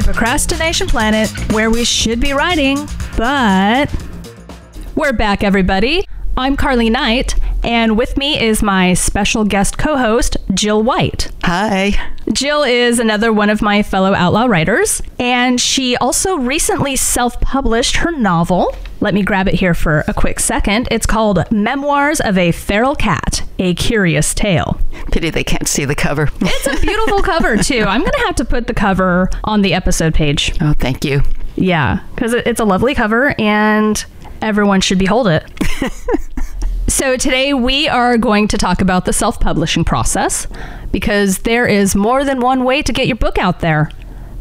Procrastination Planet, where we should be writing, but we're back, everybody. I'm Carly Knight, and with me is my special guest co host, Jill White. Hi. Jill is another one of my fellow outlaw writers, and she also recently self published her novel. Let me grab it here for a quick second. It's called Memoirs of a Feral Cat A Curious Tale. Pity they can't see the cover. It's a beautiful cover, too. I'm going to have to put the cover on the episode page. Oh, thank you. Yeah, because it's a lovely cover and everyone should behold it. so, today we are going to talk about the self publishing process because there is more than one way to get your book out there.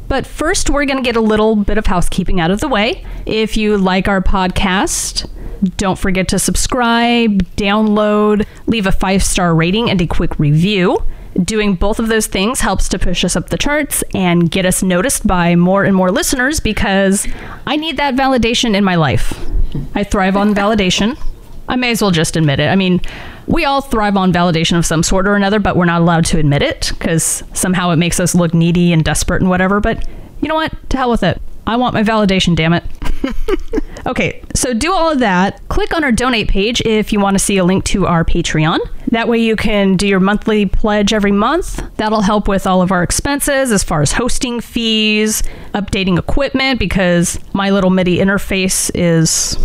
But first, we're going to get a little bit of housekeeping out of the way. If you like our podcast, don't forget to subscribe, download, leave a five star rating, and a quick review. Doing both of those things helps to push us up the charts and get us noticed by more and more listeners because I need that validation in my life. I thrive on validation. I may as well just admit it. I mean, we all thrive on validation of some sort or another, but we're not allowed to admit it because somehow it makes us look needy and desperate and whatever. But you know what? To hell with it. I want my validation, damn it. Okay, so do all of that. Click on our donate page if you want to see a link to our Patreon. That way you can do your monthly pledge every month. That'll help with all of our expenses as far as hosting fees, updating equipment, because my little MIDI interface is,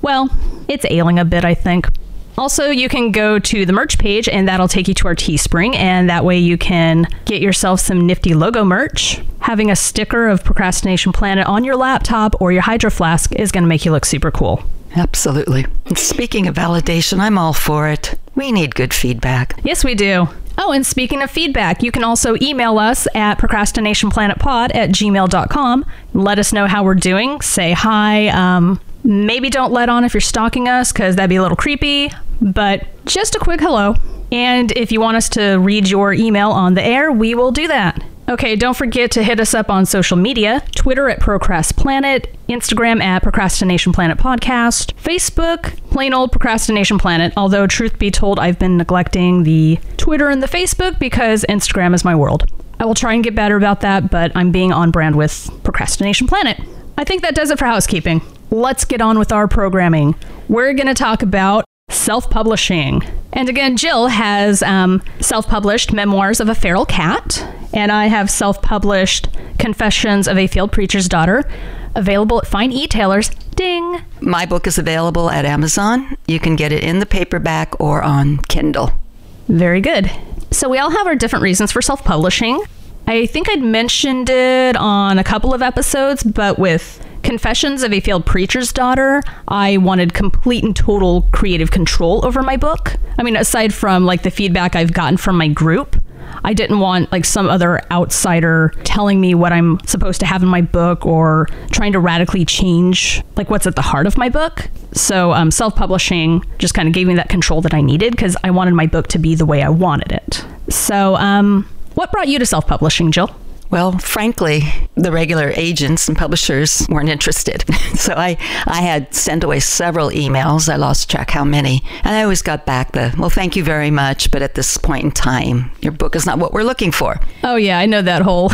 well, it's ailing a bit, I think. Also, you can go to the merch page and that'll take you to our Teespring, and that way you can get yourself some nifty logo merch. Having a sticker of Procrastination Planet on your laptop or your Hydro Flask is going to make you look super cool. Absolutely. And speaking of validation, I'm all for it. We need good feedback. Yes, we do. Oh, and speaking of feedback, you can also email us at procrastinationplanetpod at gmail.com. Let us know how we're doing. Say hi. Um, maybe don't let on if you're stalking us because that'd be a little creepy, but just a quick hello. And if you want us to read your email on the air, we will do that. Okay, don't forget to hit us up on social media Twitter at Procrast Planet, Instagram at Procrastination Planet Podcast, Facebook, plain old Procrastination Planet. Although, truth be told, I've been neglecting the Twitter and the Facebook because Instagram is my world. I will try and get better about that, but I'm being on brand with Procrastination Planet. I think that does it for housekeeping. Let's get on with our programming. We're going to talk about self publishing. And again, Jill has um, self published Memoirs of a Feral Cat, and I have self published Confessions of a Field Preacher's Daughter, available at fine e-tailers. Ding! My book is available at Amazon. You can get it in the paperback or on Kindle. Very good. So we all have our different reasons for self publishing. I think I'd mentioned it on a couple of episodes, but with Confessions of a Failed Preacher's Daughter, I wanted complete and total creative control over my book. I mean, aside from like the feedback I've gotten from my group, I didn't want like some other outsider telling me what I'm supposed to have in my book or trying to radically change like what's at the heart of my book. So um, self-publishing just kind of gave me that control that I needed because I wanted my book to be the way I wanted it. So um, what brought you to self-publishing, Jill? Well, frankly, the regular agents and publishers weren't interested. so I, I had sent away several emails. I lost track how many. And I always got back the, well, thank you very much, but at this point in time, your book is not what we're looking for. Oh yeah, I know that whole.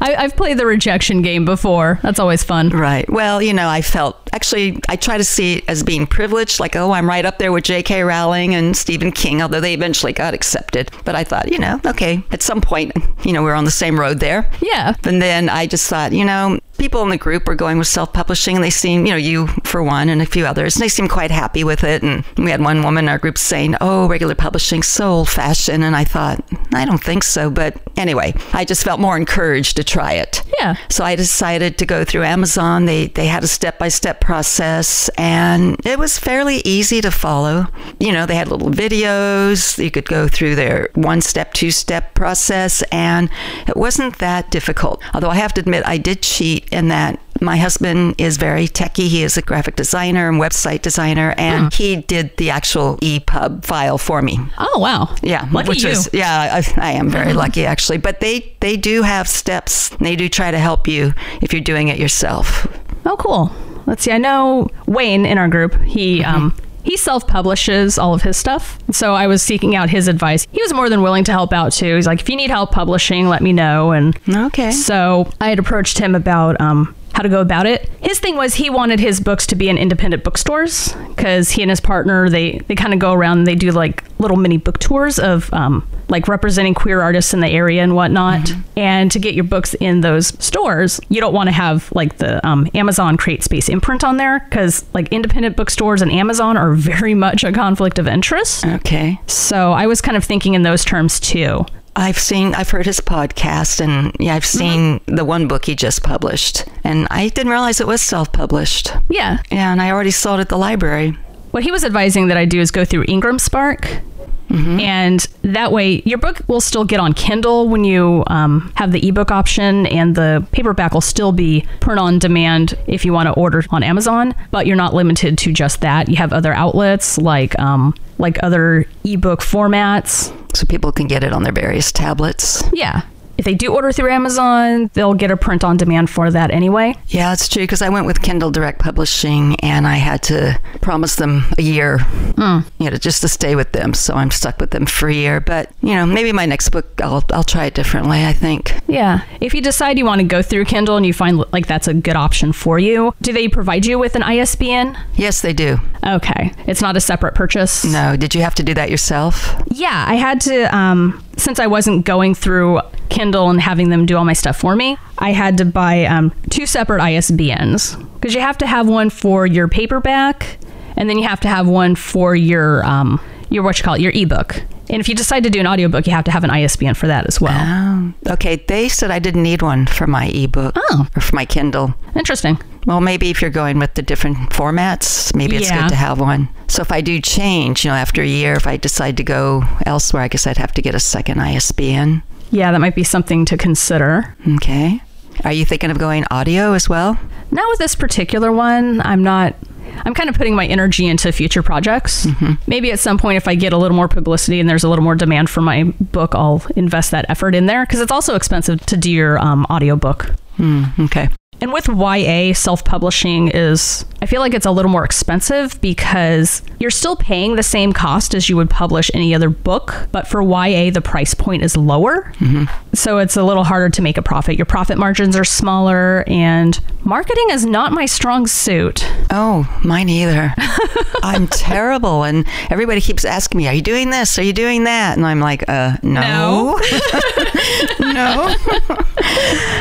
I, I've played the rejection game before. That's always fun. Right. Well, you know, I felt actually, I try to see it as being privileged, like, oh, I'm right up there with J.K. Rowling and Stephen King, although they eventually got accepted. But I thought, you know, okay, at some point, you know, we're on the same road there. Yeah. And then I just thought, you know, people in the group were going with self publishing and they seem, you know, you for one and a few others, and they seemed quite happy with it. And we had one woman in our group saying, oh, regular publishing, so old fashioned. And I thought, I don't think so. But anyway, I just felt more encouraged to try it. Yeah. So I decided to go through Amazon. They, they had a step by step process and it was fairly easy to follow. You know, they had little videos, you could go through their one step, two step process, and it wasn't that difficult. Although I have to admit, I did cheat in that my husband is very techie. He is a graphic designer and website designer, and he did the actual E EPUB file for me. Oh wow. Yeah, Lucky which you. Mm-hmm. was yeah, I, I am very lucky actually. But they they do have steps. They do try to help you if you're doing it yourself. Oh, cool. Let's see. I know Wayne in our group. He um He self publishes all of his stuff. So I was seeking out his advice. He was more than willing to help out too. He's like, if you need help publishing, let me know. And Okay. so I had approached him about um, how to go about it. His thing was he wanted his books to be in independent bookstores because he and his partner they they kind of go around and they do like little mini book tours of um, like representing queer artists in the area and whatnot. And to get your books in those stores, you don't want to have like the um, Amazon Create Space imprint on there because like independent bookstores and Amazon are very much a conflict of interest. Okay. So I was kind of thinking in those terms too. I've seen, I've heard his podcast, and yeah, I've Mm-hmm. seen the one book he just published, and I didn't realize it was self-published. Yeah, Yeah, and I already saw it at the library. what he was advising that I do is go through Ingram Spark. And that way, your book will still get on Kindle when you um, have the ebook option, and the paperback will still be print on demand if you want to order on Amazon. But you're not limited to just that. You have other outlets like um, like other ebook formats. so people can get it on their various tablets. Yeah, if they do order through Amazon, they'll get a print on demand for that anyway. Yeah, it's true because I went with Kindle Direct Publishing and I had to promise them a year, you know, just to stay with them. So I'm stuck with them for a year. But you know, maybe my next book, I'll I'll try it differently. I think. Yeah. If you decide you want to go through Kindle and you find like that's a good option for you, do they provide you with an ISBN? Yes, they do. Okay. It's not a separate purchase? No, did you have to do that yourself? Yeah, I had to, um, since I wasn't going through Kindle and having them do all my stuff for me, I had to buy um, two separate ISBNs because you have to have one for your paperback and then you have to have one for your, um, your what you call it, your ebook. And if you decide to do an audiobook, you have to have an ISBN for that as well. Oh, okay. They said I didn't need one for my ebook Oh. or for my Kindle. Interesting. Well, maybe if you're going with the different formats, maybe it's Yeah. good to have one. So if I do change, you know, after a year, if I decide to go elsewhere, I guess I'd have to get a second ISBN. Yeah, that might be something to consider. Okay. Are you thinking of going audio as well? Not with this particular one. I'm not. I'm kind of putting my energy into future projects. Maybe at some point, if I get a little more publicity and there's a little more demand for my book, I'll invest that effort in there because it's also expensive to do your um, audiobook. Hmm, Okay. And with YA, self publishing is, I feel like it's a little more expensive because you're still paying the same cost as you would publish any other book. But for YA, the price point is lower. So it's a little harder to make a profit. Your profit margins are smaller, and marketing is not my strong suit. Oh, mine either. I'm terrible. And everybody keeps asking me, Are you doing this? Are you doing that? And I'm like, Uh, no. No.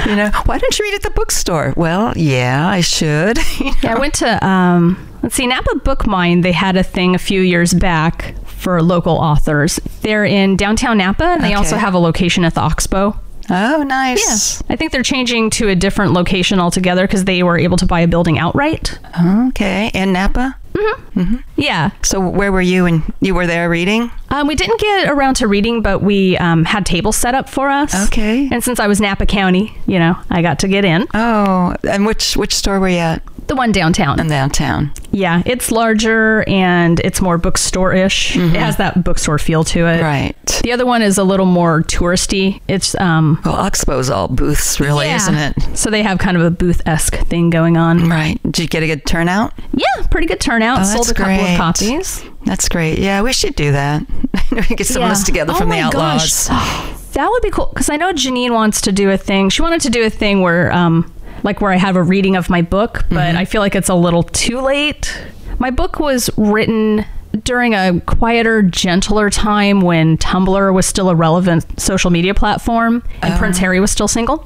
you know, why don't you read at the bookstore? Well, yeah, I should. Yeah, I went to, um, let's see, Napa Book Mine. They had a thing a few years back for local authors. They're in downtown Napa, and they also Okay. have a location at the Oxbow. oh, Yeah. nice. I think they're changing to a different location altogether because they were able to buy a building outright. Okay. In Napa? Yeah. So where were you when you were there reading? Um, we didn't get around to reading, but we um, had tables set up for us. Okay. And since I was Napa County, you know, I got to get in. Oh, and which which store were you at The one downtown. in downtown? Yeah, it's larger and it's more bookstore ish. It has that bookstore feel to Uh, it. Right. The other one is a little more touristy. It's um, Well, Oxbow's all booths, really, yeah. isn't it? So they have kind of a booth esque thing going on. Right. Did you get a good turnout? Yeah, pretty good turnout. Mm. Oh, Sold that's a couple great. of copies. That's great. Yeah, we should do that. we get some of us together Oh from the my Outlaws. gosh. That would be cool because I know Janine wants to do a thing. She wanted to do a thing where, um, like, where I have a reading of my book, but Mm-hmm. I feel like it's a little too late. My book was written during a quieter, gentler time when Tumblr was still a relevant social media platform and Oh. Prince Harry was still single.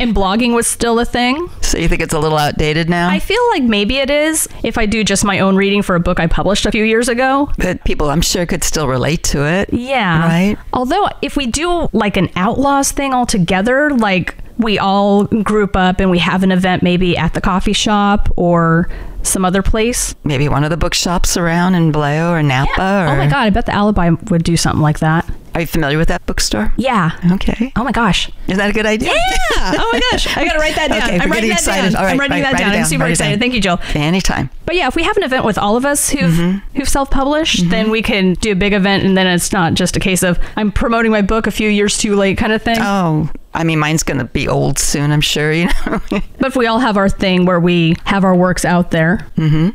And blogging was still a thing. So you think it's a little outdated now? I feel like maybe it is if I do just my own reading for a book I published a few years ago. but people, I'm sure, could still relate to it. Yeah. Right? Although, if we do like an outlaws thing all together, like we all group up and we have an event maybe at the coffee shop or some other place. Maybe one of the bookshops around in Vallejo or Napa. Or, Oh my God, I bet the alibi would do something like that. Are you familiar with that bookstore? Yeah. Okay. Oh my gosh. Is that a good idea? Yeah. Oh my gosh. I got to write that down. Okay, I'm we're writing getting that excited. down. All right, I'm writing right, that write it down. I'm down, super write it excited. down. Thank you, Jill. Anytime. But yeah, if we have an event with all of us who've Mm-hmm. who've self-published, then we can do a big event and then it's not just a case of I'm promoting my book a few years too late kind of thing. Oh, I mean, mine's going to be old soon, I'm sure, you know? But if we all have our thing where we have our works out there, Yeah,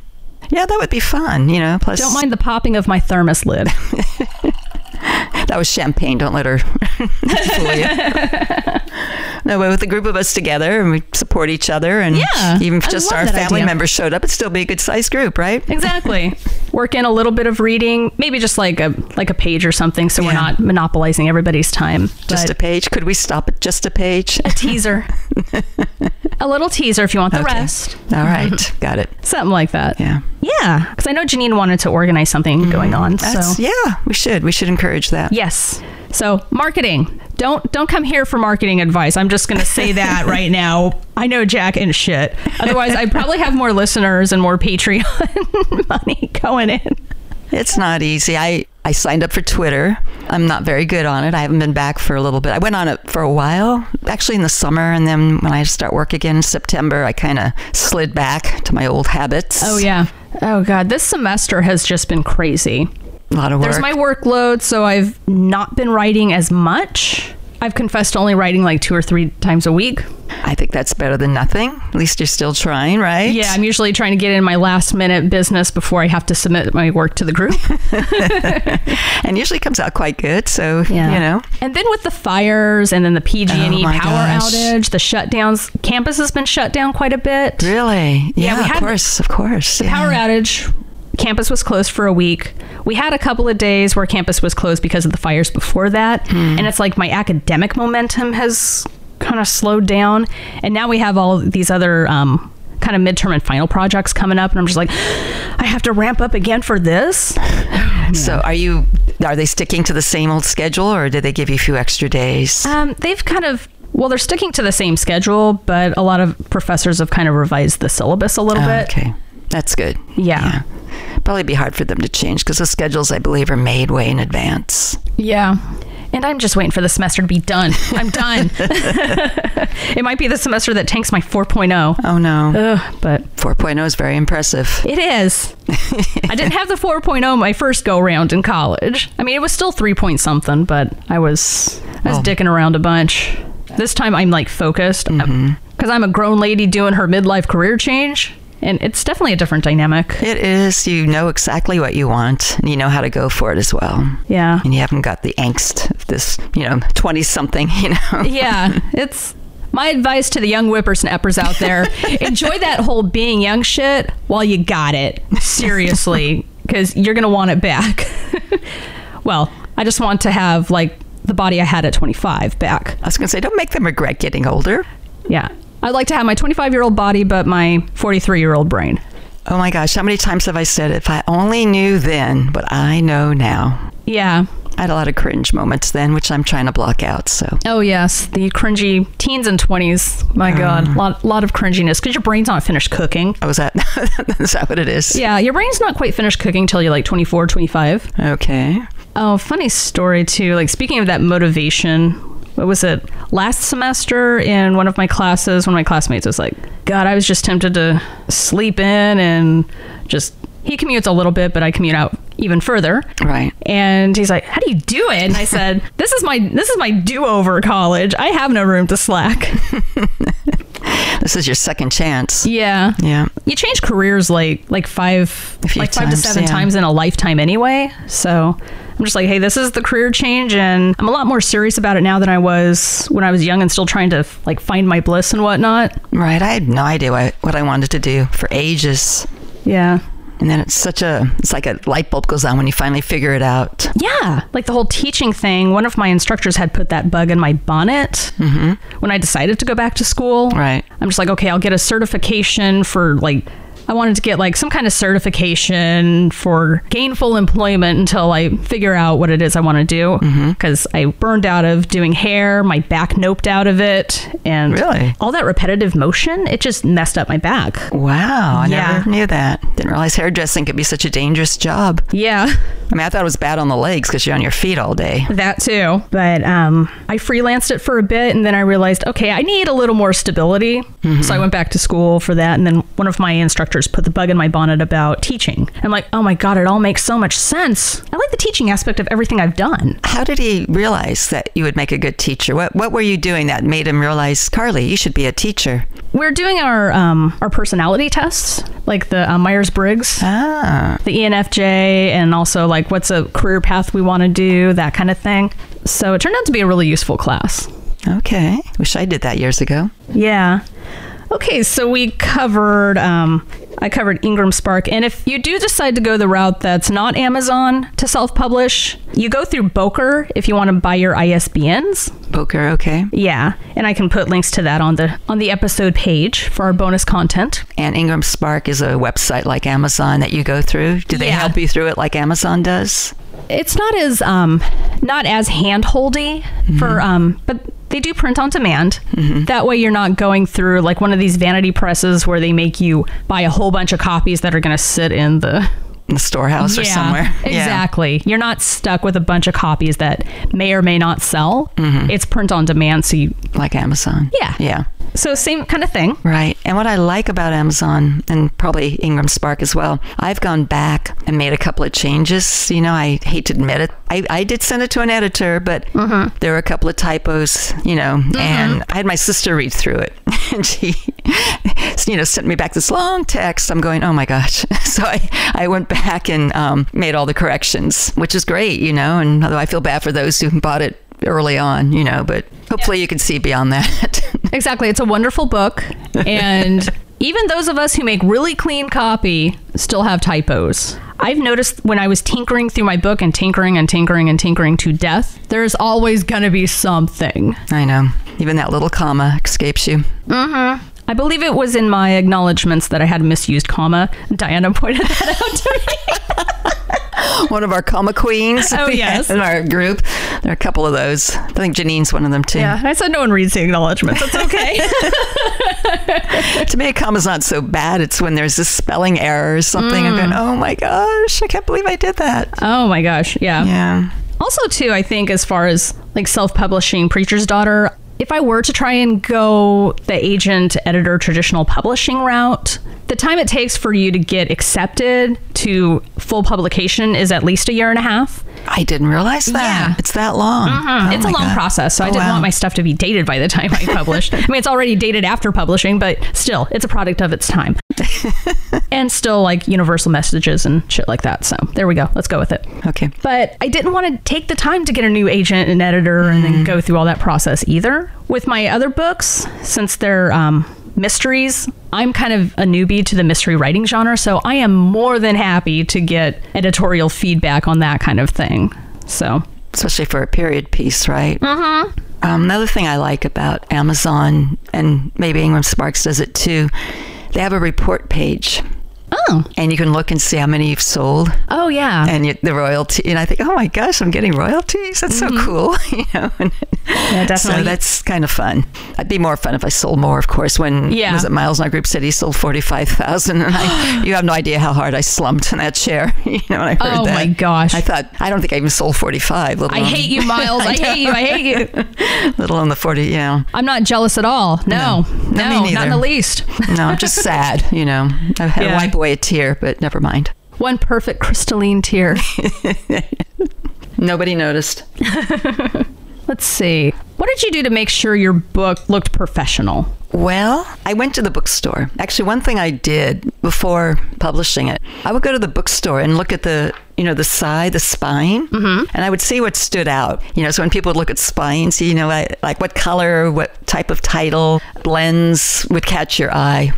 that would be fun, you know. Plus, Don't mind the popping of my thermos lid. that was champagne. Don't let her fool you. no, but with a group of us together and we support each other, and Yeah, even if I just love our that family idea. members showed up, it'd still be a good sized group, right? Exactly. Work in a little bit of reading, maybe just like a like a page or something, so we're Yeah. not monopolizing everybody's time. Just a But page. Could we stop at just a page? a teaser, a little teaser if you want the Okay. rest, All right, got it. something like that. Yeah. Mm, Yeah, because I know Janine wanted to organize something going on. That's, so Yeah, we should. We should encourage that. yes, so marketing. Don't don't come here for marketing advice. I'm just gonna say that right now. I know Jack and shit. Otherwise, I probably have more listeners and more Patreon money going in. It's not easy. I, I signed up for Twitter. I'm not very good on it. I haven't been back for a little bit. I went on it for a while, actually in the summer, and then when I start work again in September, I kind of slid back to my old habits. Oh yeah. Oh god, this semester has just been crazy. a lot of work. There's my workload, so I've not been writing as much. I've confessed to only writing like two or three times a week. I think that's better than nothing. At least you're still trying, right? Yeah, I'm usually trying to get in my last minute business before I have to submit my work to the group. and usually comes out quite good. So you know, And then with the fires and then the PG&E Oh, my power gosh. outage, the shutdowns, campus has been shut down quite a bit. really, yeah, we of had- course, of course, yeah. Power outage, campus was closed for a week. We had a couple of days where campus was closed because of the fires before that. Hmm. And it's like my academic momentum has kind of slowed down. And now we have all these other um, kind of midterm and final projects coming up. And I'm just like, I have to ramp up again for this. So are you? Are they sticking to the same old schedule, or did they give you a few extra days? Um, they've kind of. Well, they're sticking to the same schedule, but a lot of professors have kind of revised the syllabus a little Oh, bit. okay, that's good. Yeah. Yeah. Probably be hard for them to change because the schedules, I believe, are made way in advance. Yeah. And I'm just waiting for the semester to be done. I'm done. it might be the semester that tanks my 4.0. Oh no, Ugh, but 4.0 is very impressive. it is. I didn't have the 4.0 my first go round in college. I mean, it was still 3 point something, but I was I was Oh. dicking around a bunch. This time I'm like focused cuz I'm a grown lady doing her midlife career change, and it's definitely a different dynamic. It is. You know exactly what you want, and you know how to go for it as well. Yeah. And you haven't got the angst of this, you know, 20 something, you know. yeah, it's my advice to the young whippersnappers out there. enjoy that whole being young shit while you got it. Seriously, because you're going to want it back. well, I just want to have like the body I had at 25 back. I was going to say, don't make them regret getting older. Yeah. I'd like to have my 25 year old body, but my 43 year old brain. Oh my gosh, how many times have I said, if I only knew then what I know now? Yeah. I had a lot of cringe moments then, which I'm trying to block out. So, Oh, yes. The cringy teens and 20s. My God. lot, lot of cringiness because your brain's not finished cooking. oh, is that, is that what it is? Yeah. Your brain's not quite finished cooking till you're like 24, 25. Okay. Oh, funny story too. Like speaking of that motivation, what was it? Last semester in one of my classes, one of my classmates was like, "God, I was just tempted to sleep in and just." He commutes a little bit, but I commute out even further. Right. And he's like, "How do you do it?" And I said, "This is my this is my do-over college. I have no room to slack." This is your second chance. Yeah. Yeah. You change careers like like five A few like five times, to seven yeah. times in a lifetime anyway. So I'm just like, hey, this is the career change, and I'm a lot more serious about it now than I was when I was young and still trying to like find my bliss and whatnot. Right. I had no idea what, what I wanted to do for ages. Yeah. And then it's such a, it's like a light bulb goes on when you finally figure it out. Yeah, like the whole teaching thing. One of my instructors had put that bug in my bonnet Mm-hmm. when I decided to go back to school. Right. I'm just like, okay, I'll get a certification for like, I wanted to get like some kind of certification for gainful employment until I figure out what it is I want to do. Because I burned out of doing hair, my back noped out of it, and Really? all that repetitive motion, it just messed up my back. Wow. I Yeah. never knew that. Didn't realize hairdressing could be such a dangerous job. Yeah. I mean, I thought it was bad on the legs because you're on your feet all day. That too. But um, I freelanced it for a bit and then I realized, okay, I need a little more stability. So I went back to school for that. And then one of my instructors put the bug in my bonnet about teaching. I'm like, oh my God, it all makes so much sense. I like the teaching aspect of everything I've done. How did he realize that you would make a good teacher? What What were you doing that made him realize, Carly, you should be a teacher? We're doing our, um, our personality tests, like the uh, Myers Briggs. Ah, the E ENFJ and also like what's a career path we want to do, that kind of thing. So it turned out to be a really useful class. okay. Wish I did that years ago. Yeah. Okay, so we covered um I covered Ingram Spark and if you do decide to go the route that's not Amazon to self-publish, you go through Boker if you want to buy your ISBNs. Poker, okay. Yeah, and I can put links to that on the on the episode page for our bonus content. And Ingram Spark is a website like Amazon that you go through. Do they Yeah. help you through it like Amazon does? it's not as um not as hand holdy for um but they do print on demand that way you're not going through like one of these vanity presses where they make you buy a whole bunch of copies that are going to sit in the In the storehouse or Yeah, somewhere? Yeah. exactly you're not stuck with a bunch of copies that may or may not sell it's print on demand so you Like Amazon. Yeah. Yeah. so same kind of thing Right. And what I like about Amazon and probably Ingram Spark as well, I've gone back and made a couple of changes. You know, I hate to admit it. I, I did send it to an editor, but there were a couple of typos, you know, and I had my sister read through it. and she, you know, sent me back this long text. I'm going, oh my gosh. So I, I went back and um, made all the corrections, which is great, you know, and although I feel bad for those who bought it early on, you know, but hopefully you can see beyond that. Exactly. It's a wonderful book. And even those of us who make really clean copy still have typos. I've noticed when I was tinkering through my book and tinkering and tinkering and tinkering to death, there's always going to be something. I know. Even that little comma escapes you. I believe it was in my acknowledgments that I had misused comma. Diana pointed that out to me. One of our comma queens. Oh, yes. In our group. There are a couple of those. I think Janine's one of them, too. I said no one reads the acknowledgments. That's okay. To me, a comma's not so bad. It's when there's this spelling error or something. I'm Mm. going, oh my gosh, I can't believe I did that. oh my gosh. Yeah. Yeah. Also, too, I think as far as like self publishing, Preacher's Daughter, if I were to try and go the agent, editor, traditional publishing route, the time it takes for you to get accepted to full publication is at least a year and a half. I didn't realize that. Yeah. Mm-hmm. It's that long. Oh, it's a my long God. process, so I Oh, didn't wow. want my stuff to be dated by the time I published. I mean, it's already dated after publishing, but still, it's a product of its time. and still, like, universal messages and shit like that. So there we go. Let's go with it Okay. but I didn't want to take the time to get a new agent and editor and then go Mm. through all that process either. With my other books, since they're um, mysteries, I'm kind of a newbie to the mystery writing genre, so I am more than happy to get editorial feedback on that kind of thing. So, especially for a period piece, right? Mm-hmm. Um, another thing I like about Amazon and maybe Ingram Sparks does it too. They have a report page. Oh. and you can look and see how many you've sold oh yeah, and you, the royalty. And I think, oh my gosh, I'm getting royalties. That's Mm-hmm. so cool, you know. And yeah so that's kind of fun. I'd be more fun if I sold more, of course. When Yeah. was it Miles in our group said he sold forty five thousand, and I, you have no idea how hard I slumped in that chair. You know, when I heard Oh, that. my gosh. I thought I don't think I even sold forty five. I hate you, Miles. I hate you. I hate you. Little on the forty, you know. I'm not jealous at all. No, No, no, me not in neither. the least. No, I'm just sad, you know. I had to Yeah. wipe away a tear, but never mind. One perfect crystalline tear. Nobody noticed. Let's see. What did you do to make sure your book looked professional? Well, I went to the bookstore. Actually, one thing I did before publishing it, I would go to the bookstore and look at the, you know, the side, the spine, mm-hmm. and I would see what stood out. You know, so when people would look at spines, you know, I, like what color, what type of title, lens would catch your eye.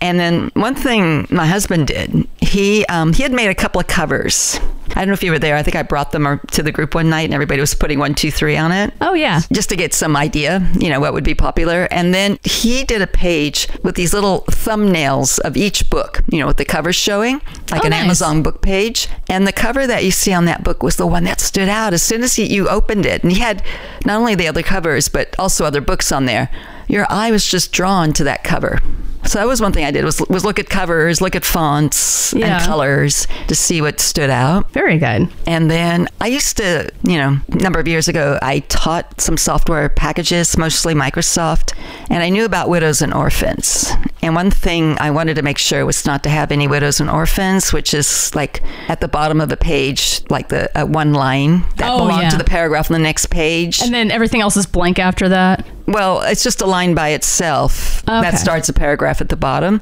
And then one thing my husband did, he um, he had made a couple of covers. I don't know if you were there. I think I brought them uh, to the group one night, and everybody was putting one, two, three on it Oh yeah. just to get some idea, you know, what would be popular. And then he did a page with these little thumbnails of each book, you know, with the covers showing, like Oh, an nice. Amazon book page. And the cover that you see on that book was the one that stood out as soon as he, you opened it. And he had not only the other covers, but also other books on there. Your eye was just drawn to that cover. So that was one thing I did was was look at covers, look at fonts Yeah. and colors to see what stood out. Very good. And then I used to, you know, a number of years ago, I taught some software packages, mostly Microsoft, and I knew about widows and orphans. And one thing I wanted to make sure was not to have any widows and orphans, which is like at the bottom of the page, like the uh, one line that Oh, belonged to yeah. the paragraph on the next page. And then everything else is blank after that. Well, it's just a line by itself Okay. that starts a paragraph at the bottom,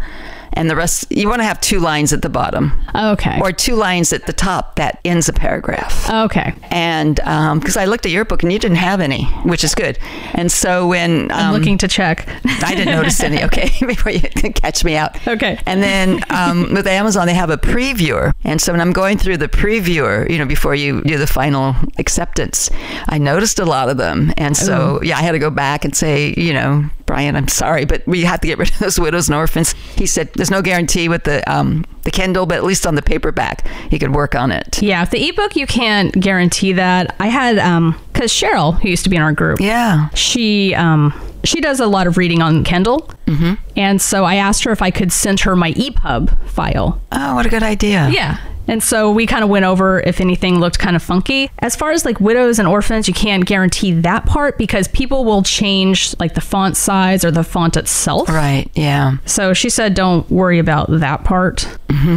and the rest you want to have two lines at the bottom Okay. or two lines at the top that ends a paragraph. okay. And because I looked at your book and you didn't have any, which is good. And so when I'm um, looking to check. I didn't notice any. Okay, before you catch me out. Okay. And then um, with Amazon, they have a previewer, and so when I'm going through the previewer, you know, before you do the final acceptance, I noticed a lot of them, and so Oh. yeah, I had to go back and say, you know, Brian, I'm sorry, but we have to get rid of those widows and orphans. He said, "There's no guarantee with the um, the Kindle, but at least on the paperback, he could work on it." Yeah, if the ebook, you can't guarantee that. I had, um, because Cheryl, who used to be in our group, Yeah. she um she does a lot of reading on Kindle, mm-hmm. and so I asked her if I could send her my E EPUB file. Oh, what a good idea. Yeah. And so we kind of went over if anything looked kind of funky. As far as like widows and orphans, you can't guarantee that part because people will change like the font size or the font itself. Right. Yeah. So she said, don't worry about that part.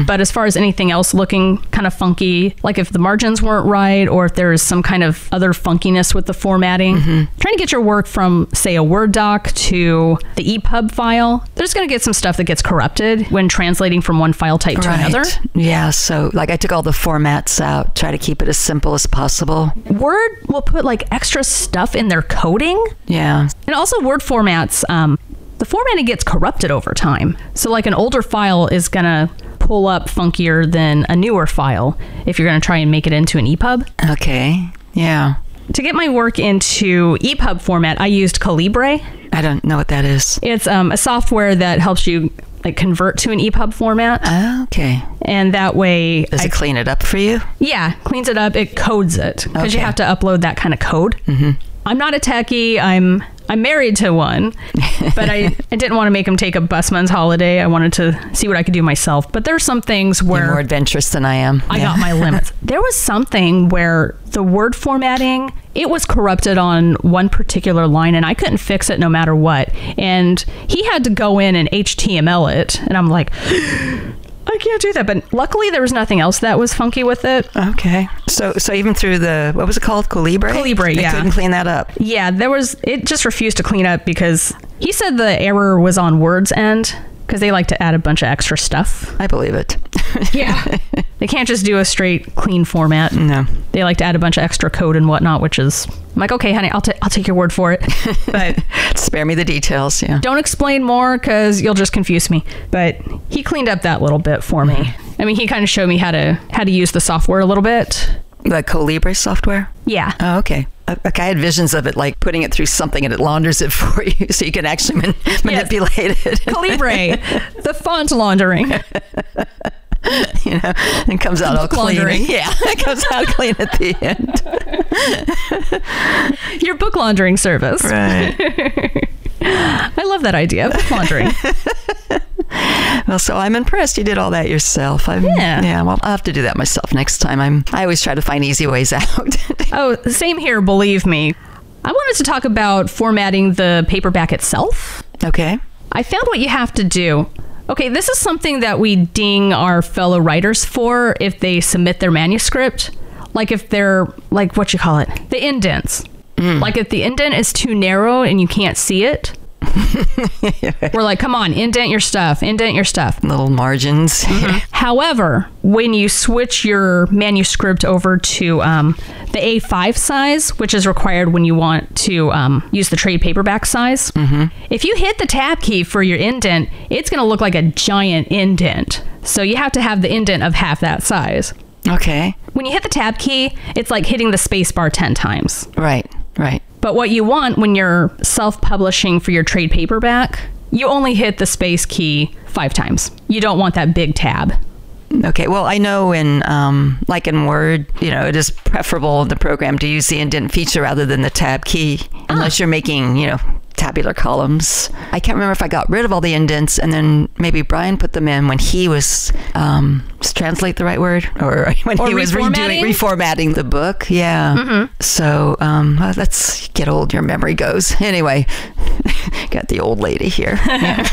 But as far as anything else looking kind of funky, like if the margins weren't right or if there is some kind of other funkiness with the formatting, trying to get your work from, say, a Word doc to the E EPUB file, there's going to get some stuff that gets corrupted when translating from one file type to another. Yeah, so like I took all the formats out, try to keep it as simple as possible. Word will put like extra stuff in their coding. Yeah. And also, Word formats, um, the formatting gets corrupted over time. So, like, an older file is going to pull up funkier than a newer file if you're going to try and make it into an E EPUB. Okay. Yeah. To get my work into E EPUB format, I used Calibre. I don't know what that is. It's um, a software that helps you like convert to an E EPUB format, Okay. and that way, Does Oh. I- it clean it up for you? yeah, cleans it up. It codes it because you Okay. have to upload that kind of code. Mm-hmm. I'm not a techie. I'm I'm married to one, but I, I didn't want to make him take a busman's holiday. I wanted to see what I could do myself. But there's some things You're where more adventurous than I am. I got my limits. There was something where the word formatting it was corrupted on one particular line, and I couldn't fix it no matter what. And he had to go in and HTML it, and I'm like. I can't do that, but luckily there was nothing else that was funky with it. Okay. So so even through the what was it called? Colibre? Colibre, They yeah. couldn't clean that up. Yeah, there was. It just refused to clean up because he said the error was on Word's end because they like to add a bunch of extra stuff. I believe it. Yeah. they can't just do a straight, clean format. No. They like to add a bunch of extra code and whatnot, which is. I'm like, okay, honey, I'll, ta- I'll take your word for it. But Spare me the details, yeah. don't explain more because you'll just confuse me. But he cleaned up that little bit for me. I mean, he kind of showed me how to how to use the software a little bit. The Colibre software? Yeah. Oh, okay. Uh, Okay, I had visions of it like putting it through something and it launders it for you so you can actually man- manipulate it. Calibre, the font laundering. you know, and it comes out all clean. Laundering. Yeah, it comes out clean at the end. Your book laundering service. Right. I love that idea. Book laundering. Well, so I'm impressed you did all that yourself. I'm, Yeah. Well, I'll have to do that myself next time. I'm. I always try to find easy ways out. oh, same here, believe me. I wanted to talk about formatting the paperback itself. okay. I found what you have to do. Okay, this is something that we ding our fellow writers for if they submit their manuscript. Like if they're, like, what you call it? The indents. Like if the indent is too narrow and you can't see it, we're like, come on, indent your stuff, indent your stuff. Little margins. However, when you switch your manuscript over to um, the A5 size, which is required when you want to um, use the trade paperback size, if you hit the tab key for your indent, it's going to look like a giant indent. So you have to have the indent of half that size. Okay. When you hit the tab key, it's like hitting the space bar 10 times. Right. Right. But what you want when you're self publishing for your trade paperback, you only hit the space key five times. You don't want that big tab. Okay. Well, I know in um, like in Word, you know, it is preferable in the program to use the indent feature rather than the tab key, unless you're making, you know. tabular columns. I can't remember if I got rid of all the indents and then maybe Brian put them in when he was um, is translate the right word or when Or he was redoing reformatting the book. Yeah. So um, well, let's get old. Your memory goes anyway. got the old lady here. Yeah.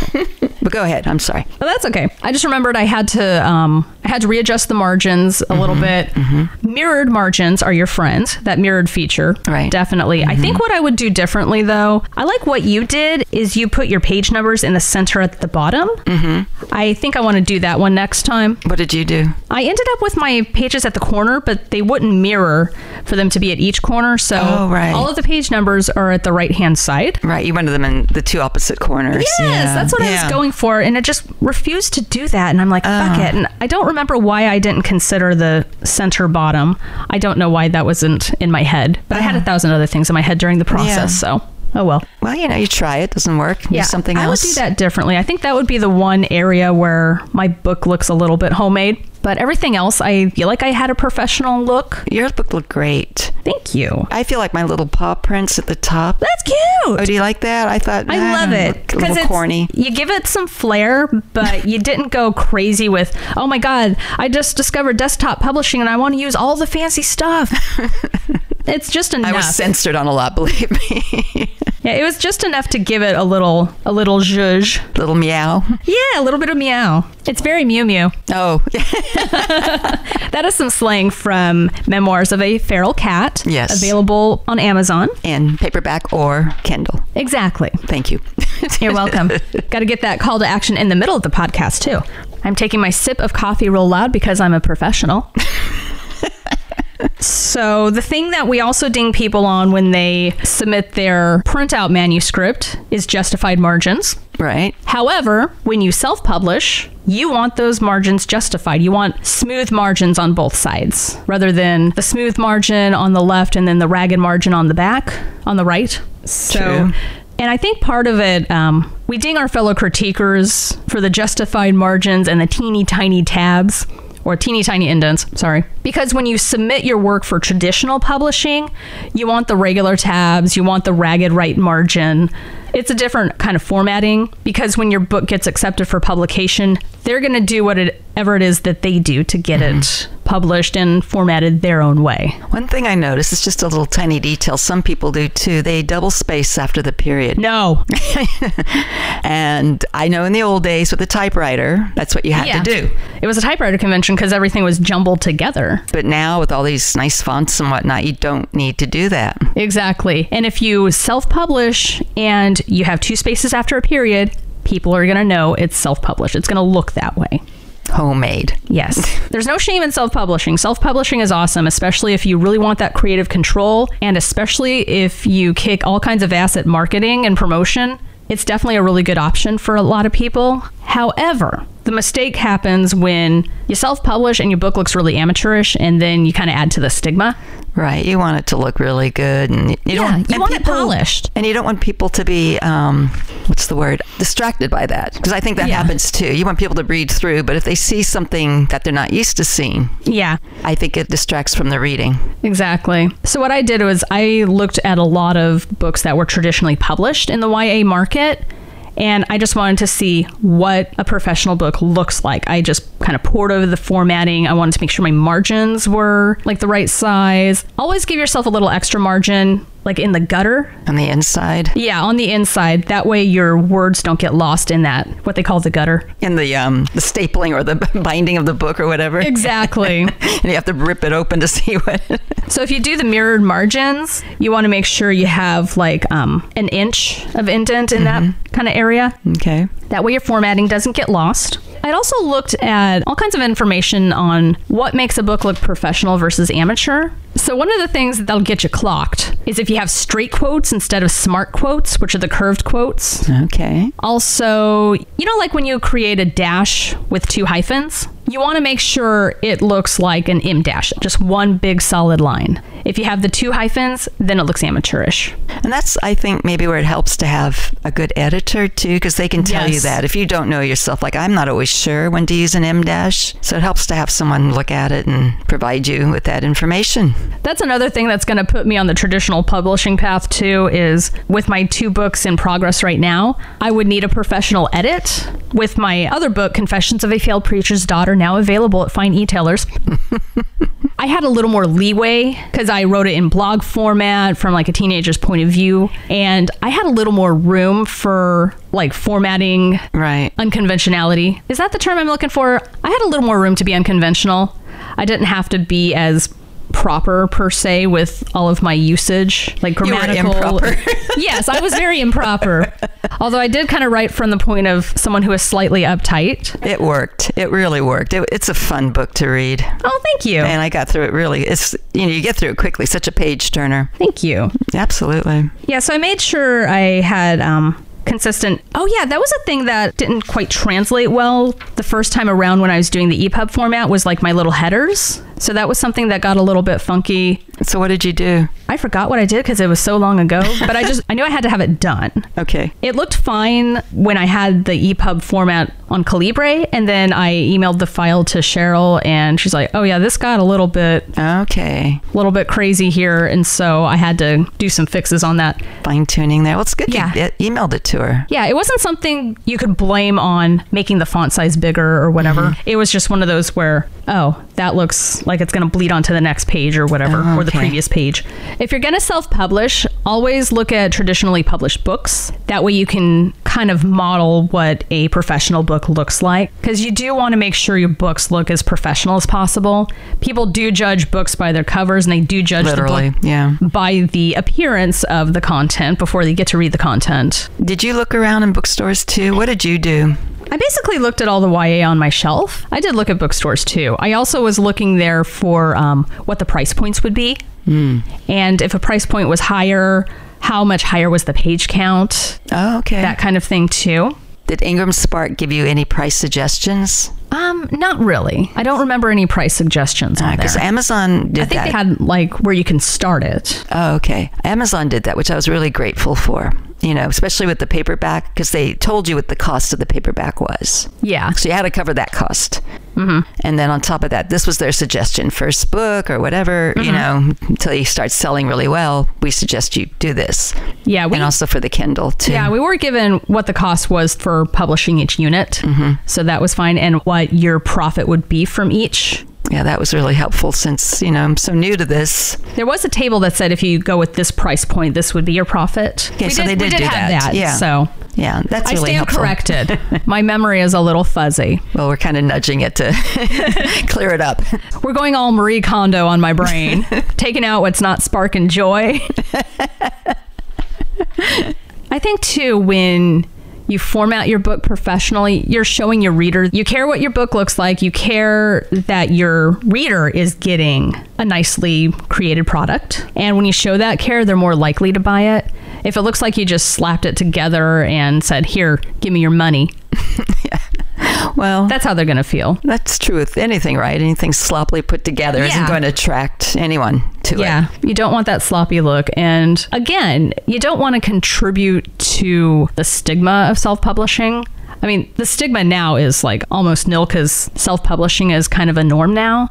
but go ahead. I'm sorry. But that's okay. I just remembered I had to um, I had to readjust the margins a Mm-hmm. little bit. Mirrored margins are your friend. That mirrored feature, Right. Mm-hmm. Definitely. I think what I would do differently though, I like what you did is you put your page numbers in the center at the bottom. Mm-hmm. I think I want to do that one next time. What did you do? I ended up with my pages at the corner, but they wouldn't mirror for them to be at each corner. So Oh, right. all of the page numbers are at the right hand side. Right, you wanted them in the two opposite corners. Yes, Yeah. that's what I Yeah. was going for, and it just refused to do that. And I'm like, fuck it. And I don't remember why I didn't consider the center bottom. I don't know why that wasn't in my head, but I had a thousand other things in my head during the process. So, oh well. Well, you know, you try it, doesn't work. Yeah, something I would else. do that differently. I think that would be the one area where my book looks a little bit homemade. But everything else, I feel like I had a professional look. Your book looked great. Thank you. I feel like my little paw prints at the top. That's cute. Oh, do you like that? I thought I nah, love don't it look- A little it's corny. you give it some flair, but you didn't go crazy with, "Oh my god, I just discovered desktop publishing and I want to use all the fancy stuff." it's just enough. I was censored on a lot, believe me. yeah, it was just enough to give it a little a little zhuzh. little meow. Yeah, a little bit of meow. It's very mew mew. Oh, That is some slang from Memoirs of a Feral Cat. Yes. Available on Amazon. and paperback or Kindle. Exactly. Thank you. You're welcome. Got to get that call to action in the middle of the podcast, too. I'm taking my sip of coffee real loud because I'm a professional. so, the thing that we also ding people on when they submit their printout manuscript is justified margins. right. However, when you self publish, you want those margins justified. You want smooth margins on both sides rather than the smooth margin on the left and then the ragged margin on the back, on the right. So, True. and I think part of it, um, we ding our fellow critiquers for the justified margins and the teeny tiny tabs. Or teeny tiny indents, sorry. Because when you submit your work for traditional publishing, you want the regular tabs, you want the ragged right margin. It's a different kind of formatting because when your book gets accepted for publication, they're going to do whatever it is that they do to get Mm-hmm. it published and formatted their own way. One thing I noticed is just a little tiny detail. Some people do too. They double space after the period. No. And I know in the old days with the typewriter, that's what you had to do. It was a typewriter convention because everything was jumbled together. But now with all these nice fonts and whatnot, you don't need to do that. Exactly. And if you self publish and you have two spaces after a period, people are going to know it's self published. It's going to look that way. Homemade. Yes. There's no shame in self publishing. Self publishing is awesome, especially if you really want that creative control and especially if you kick all kinds of ass at marketing and promotion. It's definitely a really good option for a lot of people. However, the mistake happens when you self publish and your book looks really amateurish and then you kind of add to the stigma. Right. You want it to look really good and you Yeah, don't you and want it polished. And you don't want people to be um, what's the word? distracted by that. Because I think that Yeah. happens too. You want people to read through, but if they see something that they're not used to seeing, Yeah. I think it distracts from the reading. Exactly. So what I did was I looked at a lot of books that were traditionally published in the YA market and I just wanted to see what a professional book looks like. I just kind of poured over the formatting. I wanted to make sure my margins were like the right size. Always give yourself a little extra margin like in the gutter. On the inside. Yeah, on the inside. That way your words don't get lost in that what they call the gutter. In the um, the stapling or the binding of the book or whatever. Exactly. And you have to rip it open to see what So if you do the mirrored margins, you want to make sure you have like um, an inch of indent in that kind of area. Okay. That way your formatting doesn't get lost. I'd also looked at all kinds of information on what makes a book look professional versus amateur. So one of the things that'll get you clocked is if you have straight quotes instead of smart quotes, which are the curved quotes. Okay. Also, you know like when you create a dash with two hyphens? You want to make sure it looks like an im dash, just one big solid line. If you have the two hyphens, then it looks amateurish. And that's, I think, maybe where it helps to have a good editor too, because they can tell you Yes. that if you don't know yourself. Like I'm not always sure when to use an M dash, so it helps to have someone look at it and provide you with that information. That's another thing that's going to put me on the traditional publishing path too is with my two books in progress right now, I would need a professional edit. With my other book Confessions of a Failed Preacher's Daughter now available at fine e-tailers. I had a little more leeway because I wrote it in blog format from like a teenager's point of view and I had a little more room for like formatting Right. unconventionality. Is that the term I'm looking for? I had a little more room to be unconventional. I didn't have to be as proper per se with all of my usage, like were grammatical. improper. yes, I was very improper. Although I did kind of write from the point of someone who is slightly uptight. It worked. It really worked. It, it's a fun book to read, Oh, thank you. and I got through it really. It's you know you get through it quickly. Such a page turner. Thank you. Absolutely. Yeah, so I made sure I had um, consistent. Oh, yeah, that was a thing that didn't quite translate well the first time around when I was doing the E EPUB format was like my little headers. So that was something that got a little bit funky. So what did you do? I forgot what I did because it was so long ago, but I just I knew I had to have it done. Okay. It looked fine when I had the EPUB format on Calibre, and then I emailed the file to Cheryl, and she's like, "Oh yeah, this got a little bit, Okay. little bit crazy here," and so I had to do some fixes on that. Fine tuning there. Well, it's good. Yeah. You e- emailed it to her. Yeah, it wasn't something you could blame on making the font size bigger or whatever. Mm-hmm. It was just one of those where, oh, that looks like it's going to bleed onto the next page or whatever, Oh, or the okay. previous page. If you're going to self publish, always look at traditionally published books. That way you can kind of model what a professional book looks like. Because you do want to make sure your books look as professional as possible. People do judge books by their covers and they do judge the Literally. book. Yeah. By the appearance of the content before they get to read the content. Did you look around in bookstores too? What did you do? I basically looked at all the YA on my shelf. I did look at bookstores too. I also was looking there for um, what the price points would be. Hmm. And if a price point was higher, how much higher was the page count? Oh, okay. That kind of thing too. Did Ingram Spark give you any price suggestions? Um, not really. I don't remember any price suggestions on there. Because Uh, Amazon did I think that. they had like where you can start it. oh, okay. Amazon did that, which I was really grateful for. You know, especially with the paperback, because they told you what the cost of the paperback was. Yeah. So you had to cover that cost. Mm-hmm. And then on top of that, this was their suggestion first book or whatever, Mm-hmm. you know, until you start selling really well, we suggest you do this. Yeah. We, and also for the Kindle too. yeah, we were given what the cost was for publishing each unit. So that was fine. And what your profit would be from each. Yeah, that was really helpful since, you know, I'm so new to this. There was a table that said if you go with this price point, this would be your profit. Okay, so they did do have that. Yeah. So Yeah, that's I really stand helpful. corrected. My memory is a little fuzzy. Well, we're kind of nudging it to clear it up. We're going all Marie Kondo on my brain, taking out what's not spark and joy. I think too when you format your book professionally, you're showing your reader you care what your book looks like. You care that your reader is getting a nicely created product. And when you show that care, they're more likely to buy it. If it looks like you just slapped it together and said, "Here, give me your money." Well, That's how they're going to feel. that's true with anything, right? Anything sloppily put together isn't Yeah. going to attract anyone to it. Yeah, you don't want that sloppy look. And again, you don't want to contribute to the stigma of self publishing. I mean, the stigma now is like almost nil because self publishing is kind of a norm now,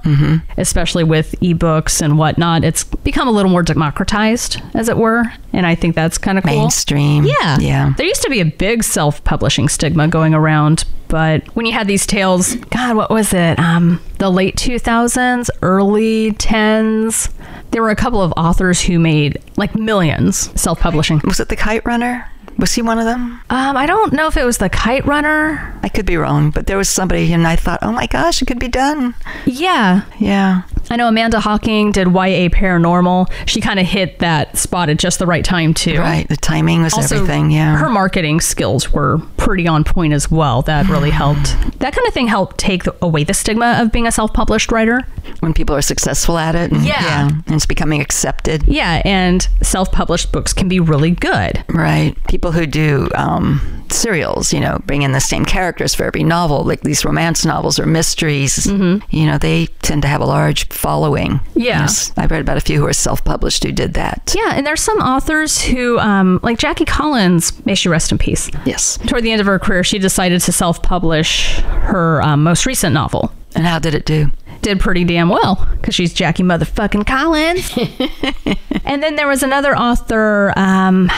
especially with ebooks and whatnot. It's become a little more democratized, as it were. And I think that's kind of cool. Mainstream. Yeah. Yeah. There used to be a big self publishing stigma going around, but when you had these tales, God, what was it? Um, the late 2000s, early 10s, there were a couple of authors who made like millions self publishing. Was it the kite runner? Was he one of them? Um, I don't know if it was The Kite Runner. I could be wrong, but there was somebody, and I thought, oh my gosh, it could be done. Yeah. Yeah. I know Amanda Hawking did YA Paranormal. She kind of hit that spot at just the right time, too. Right. The timing was Also, everything. Yeah. Her marketing skills were pretty on point as well. That really helped. That kind of thing helped take away the stigma of being a self published writer. when people are successful at it. And, Yeah. And it's becoming accepted. Yeah, and self published books can be really good. Right. People who do um, serials, you know, bring in the same characters for every novel, like these romance novels or mysteries, you know, they tend to have a large following. Mm-hmm. Yeah. Yes. I've read about a few who are self published who did that. Yeah, and there's some authors who, um, like Jackie Collins, may she rest in peace. Yes. Toward the end of her career, she decided to self publish her um, most recent novel. And how did it do? Did pretty damn well because she's Jackie motherfucking Collins. and then there was another author. Um,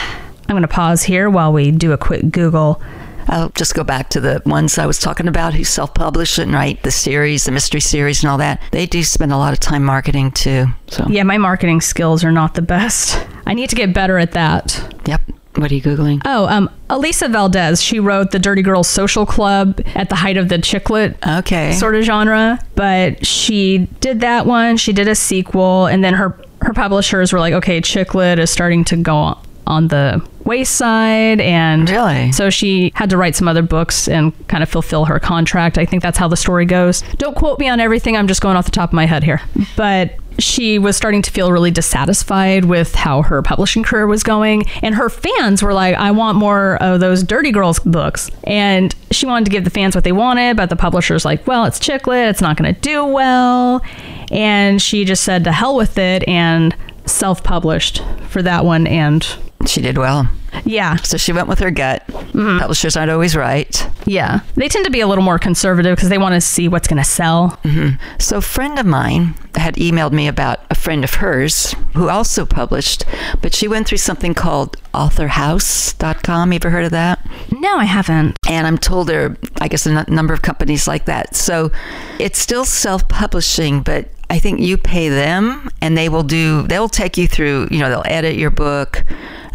I'm going to pause here while we do a quick Google. I'll just go back to the ones I was talking about who self publish and write the series, the mystery series, and all that. They do spend a lot of time marketing too. So, Yeah, my marketing skills are not the best. I need to get better at that. yep. What are you Googling? Oh, um, Elisa Valdez. She wrote The Dirty Girls Social Club at the height of the chicklet Okay. sort of genre, but she did that one. She did a sequel, and then her her publishers were like, "Okay, Chicklet is starting to go on the wayside," and Really? so she had to write some other books and kind of fulfill her contract. I think that's how the story goes. Don't quote me on everything. I'm just going off the top of my head here, but. She was starting to feel really dissatisfied with how her publishing career was going, and her fans were like, I want more of those Dirty Girls books. And she wanted to give the fans what they wanted, but the publisher's like, well, it's Chicklet, it's not going to do well. And she just said, to hell with it, and self published for that one. And She did well. yeah, So she went with her gut. Mm-hmm. Publishers aren't always right. Yeah. They tend to be a little more conservative because they want to see what's going to sell. So, a friend of mine had emailed me about a friend of hers who also published, but she went through something called authorhouse.com. You ever heard of that? No, I haven't. And I'm told there are, I guess, a n- number of companies like that. So, it's still self publishing, but I think you pay them and they will do, they'll take you through, you know, they'll edit your book.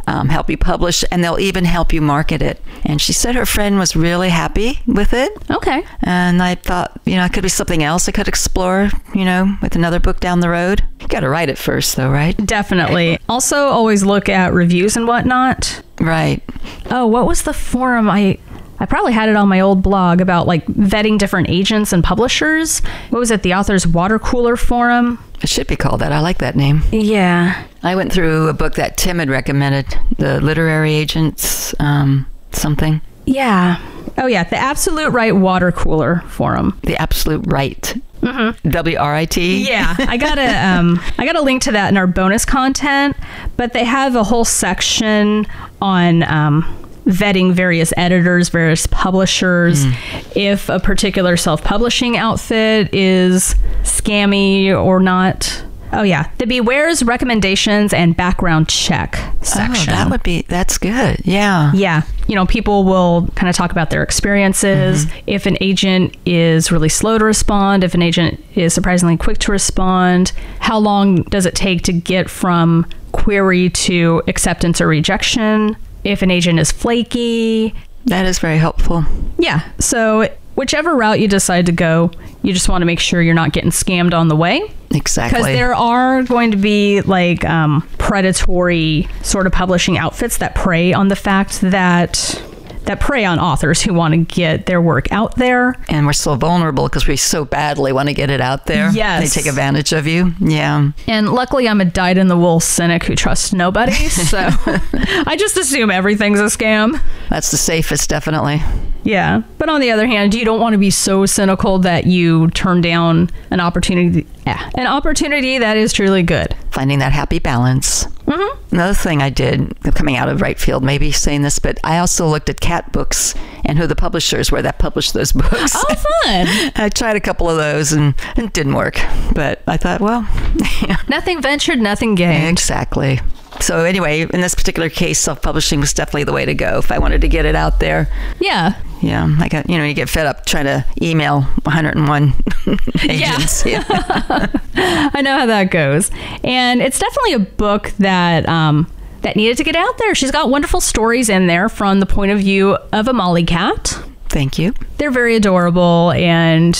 Um, help you publish, and they'll even help you market it. And she said her friend was really happy with it. Okay. And I thought, you know, it could be something else I could explore, you know, with another book down the road. You got to write it first, though, right? Definitely. Also, always look at reviews and whatnot. Right. Oh, what was the forum? I. I probably had it on my old blog about like vetting different agents and publishers. What was it? The author's water cooler forum? It should be called that. I like that name. Yeah. I went through a book that Tim had recommended, The Literary Agents, um, something. Yeah. Oh, yeah. The Absolute Right Water Cooler Forum. The Absolute Right. W R I T. Mm-hmm. Yeah, I got a um, I got a link to that in our bonus content, but they have a whole section on um, vetting various editors, various publishers, Hmm. if a particular self-publishing outfit is scammy or not. Oh yeah, the Beware's recommendations and background check Oh, section. that would be, that's good. Yeah. Yeah. You know, people will kind of talk about their experiences. If an agent is really slow to respond, if an agent is surprisingly quick to respond, how long does it take to get from query to acceptance or rejection? If an agent is flaky. That is very helpful. Yeah. So, whichever route you decide to go, you just want to make sure you're not getting scammed on the way. Because Exactly. there are going to be like um, predatory sort of publishing outfits that prey on the fact that that prey on authors who want to get their work out there. and we're so vulnerable because we so badly want to get it out there. Yes. They take advantage of you. Yeah. And luckily, I'm a dyed in the wool cynic who trusts nobody, so I just assume everything's a scam. That's the safest, definitely. Yeah. But on the other hand, you don't want to be so cynical that you turn down an opportunity, eh, an opportunity that is truly good. finding that happy balance. Another thing I did, coming out of right field, maybe saying this, but I also looked at cat books and who the publishers were that published those books. Oh. fun! I tried a couple of those and it didn't work, but I thought, well, nothing ventured, nothing gained. exactly. So, anyway, in this particular case, self publishing was definitely the way to go if I wanted to get it out there. Yeah. Yeah, I got, you know, you get fed up trying to email 101 agents. Yeah. I know how that goes. And it's definitely a book that um, that needed to get out there. She's got wonderful stories in there from the point of view of a molly cat. Thank you. They're very adorable and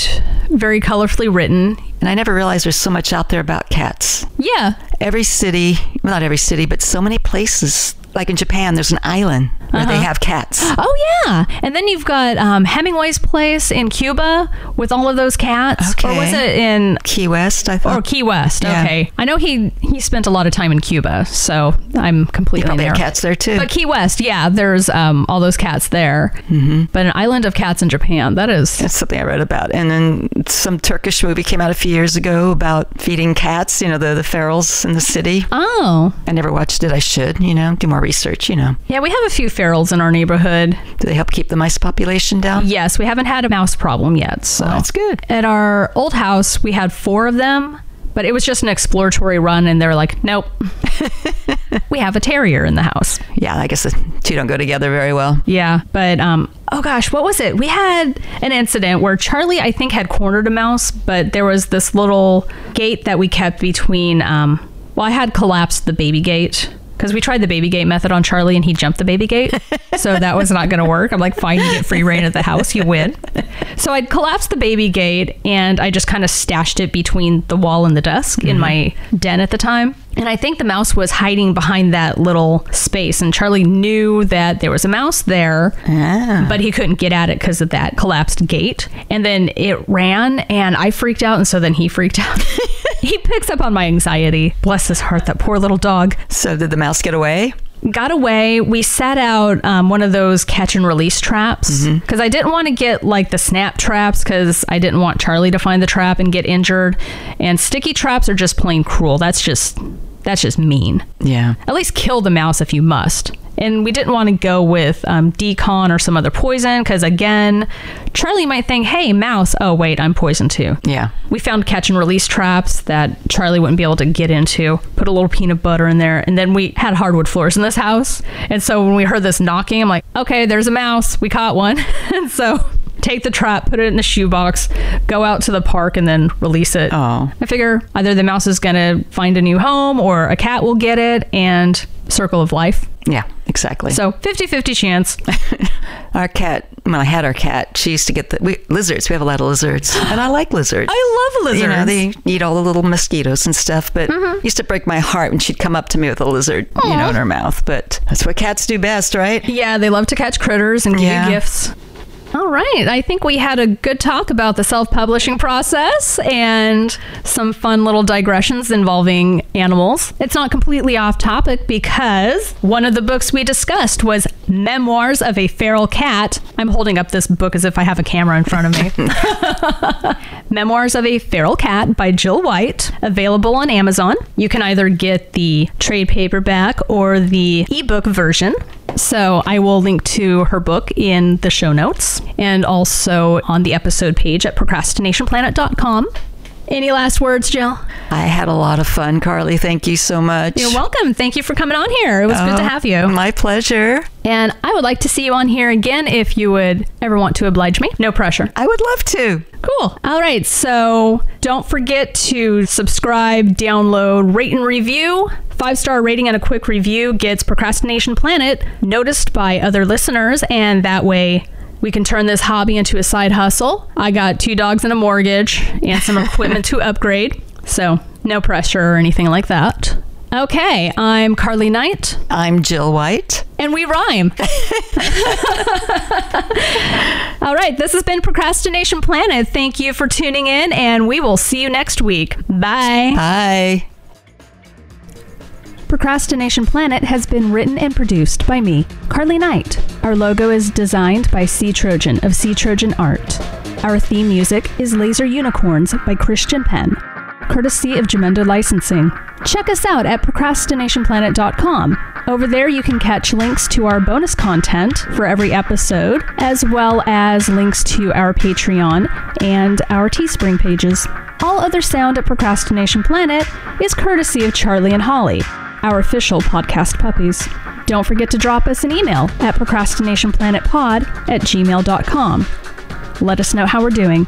very colorfully written. And I never realized there's so much out there about cats. Yeah. every city, well, not every city, but so many places like in Japan, there's an island where Uh-huh. they have cats. Oh yeah, and then you've got um, Hemingway's place in Cuba with all of those cats, or was it Okay. in Key West, I thought. or Key West? Yeah. Okay, I know he he spent a lot of time in Cuba, so I'm completely Probably there. have cats there too. But Key West, yeah, there's um, all those cats there. Mm-hmm. But an island of cats in Japan, that is. That's something I read about. And then some Turkish movie came out a few years ago about feeding cats, you know, the, the ferals in the city. Oh, I never watched it. I should, you know, do more research, you know. yeah, we have a few ferals in our neighborhood. Do they help keep the mice population down? Yes, we haven't had a mouse problem yet. So Well, that's good. At our old house, we had four of them, but it was just an exploratory run, and they were like, nope. we have a terrier in the house. Yeah, I guess the two don't go together very well. Yeah, but um, oh gosh, what was it? We had an incident where Charlie, I think, had cornered a mouse, but there was this little gate that we kept between. Um, well, I had collapsed the baby gate. Because we tried the baby gate method on Charlie and he jumped the baby gate. So that was not going to work. I'm like, fine, you get free reign at the house, you win. So I'd collapsed the baby gate and I just kind of stashed it between the wall and the desk in my den at the time. And I think the mouse was hiding behind that little space. And Charlie knew that there was a mouse there, but he couldn't get at it because of that collapsed gate. And then it ran, and I freaked out. And so then he freaked out. he picks up on my anxiety. Bless his heart, that poor little dog So did the mouse get away? got away. We set out um, one of those catch and release traps because I didn't want to get like the snap traps because I didn't want Charlie to find the trap and get injured. And sticky traps are just plain cruel. That's just that's just mean. Yeah. At least kill the mouse if you must. And we didn't want to go with um, decon or some other poison because again, Charlie might think, "Hey, mouse! Oh wait, I'm poisoned too." Yeah. We found catch and release traps that Charlie wouldn't be able to get into. Put a little peanut butter in there, and then we had hardwood floors in this house. And so when we heard this knocking, I'm like, okay, there's a mouse. We caught one. and so take the trap, put it in the shoebox, go out to the park, and then release it. Oh. I figure either the mouse is going to find a new home or a cat will get it, and circle of life. Yeah, exactly. So 50 50 chance. our cat, when I had our cat, she used to get the we, lizards. We have a lot of lizards. And I like lizards. I love lizards. Mm-hmm. You know, they eat all the little mosquitoes and stuff, but it used to break my heart when she'd come up to me with a lizard, you know, in her mouth. But that's what cats do best, right? Yeah, they love to catch critters and give Yeah. you gifts. All right. I think we had a good talk about the self publishing process and some fun little digressions involving animals. It's not completely off topic because one of the books we discussed was Memoirs of a Feral Cat. I'm holding up this book as if I have a camera in front of me. Memoirs of a Feral Cat by Jill White, available on Amazon. You can either get the trade paperback or the ebook version. So I will link to her book in the show notes and also on the episode page at procrastinationplanet.com. Any last words, Jill? I had a lot of fun, Carly. Thank you so much. Oh, You're welcome. Thank you for coming on here. It was good to have you. My pleasure. Uh, And I would like to see you on here again if you would ever want to oblige me. No pressure. I would love to. Cool. All right. So don't forget to subscribe, download, rate, and review. Five star rating and a quick review gets Procrastination Planet noticed by other listeners, and that way we can turn this hobby into a side hustle. I got two dogs and a mortgage and some equipment to upgrade. So no pressure or anything like that. Okay. I'm Carly Knight, I'm Jill White. and we rhyme. All right, this has been Procrastination Planet. Thank you for tuning in, and we will see you next week. Bye. Hi. Procrastination Planet has been written and produced by me, Carly Knight. Our logo is designed by Sea Trojan of Sea Trojan Art. Our theme music is Laser Unicorns by Christian Penn, courtesy of Jamendo Licensing. Check us out at procrastinationplanet.com. Over there, you can catch links to our bonus content for every episode, as well as links to our Patreon and our Teespring pages. All other sound at Procrastination Planet is courtesy of Charlie and Holly our official podcast puppies. Don't forget to drop us an email at procrastinationplanetpod at gmail.com. Let us know how we're doing.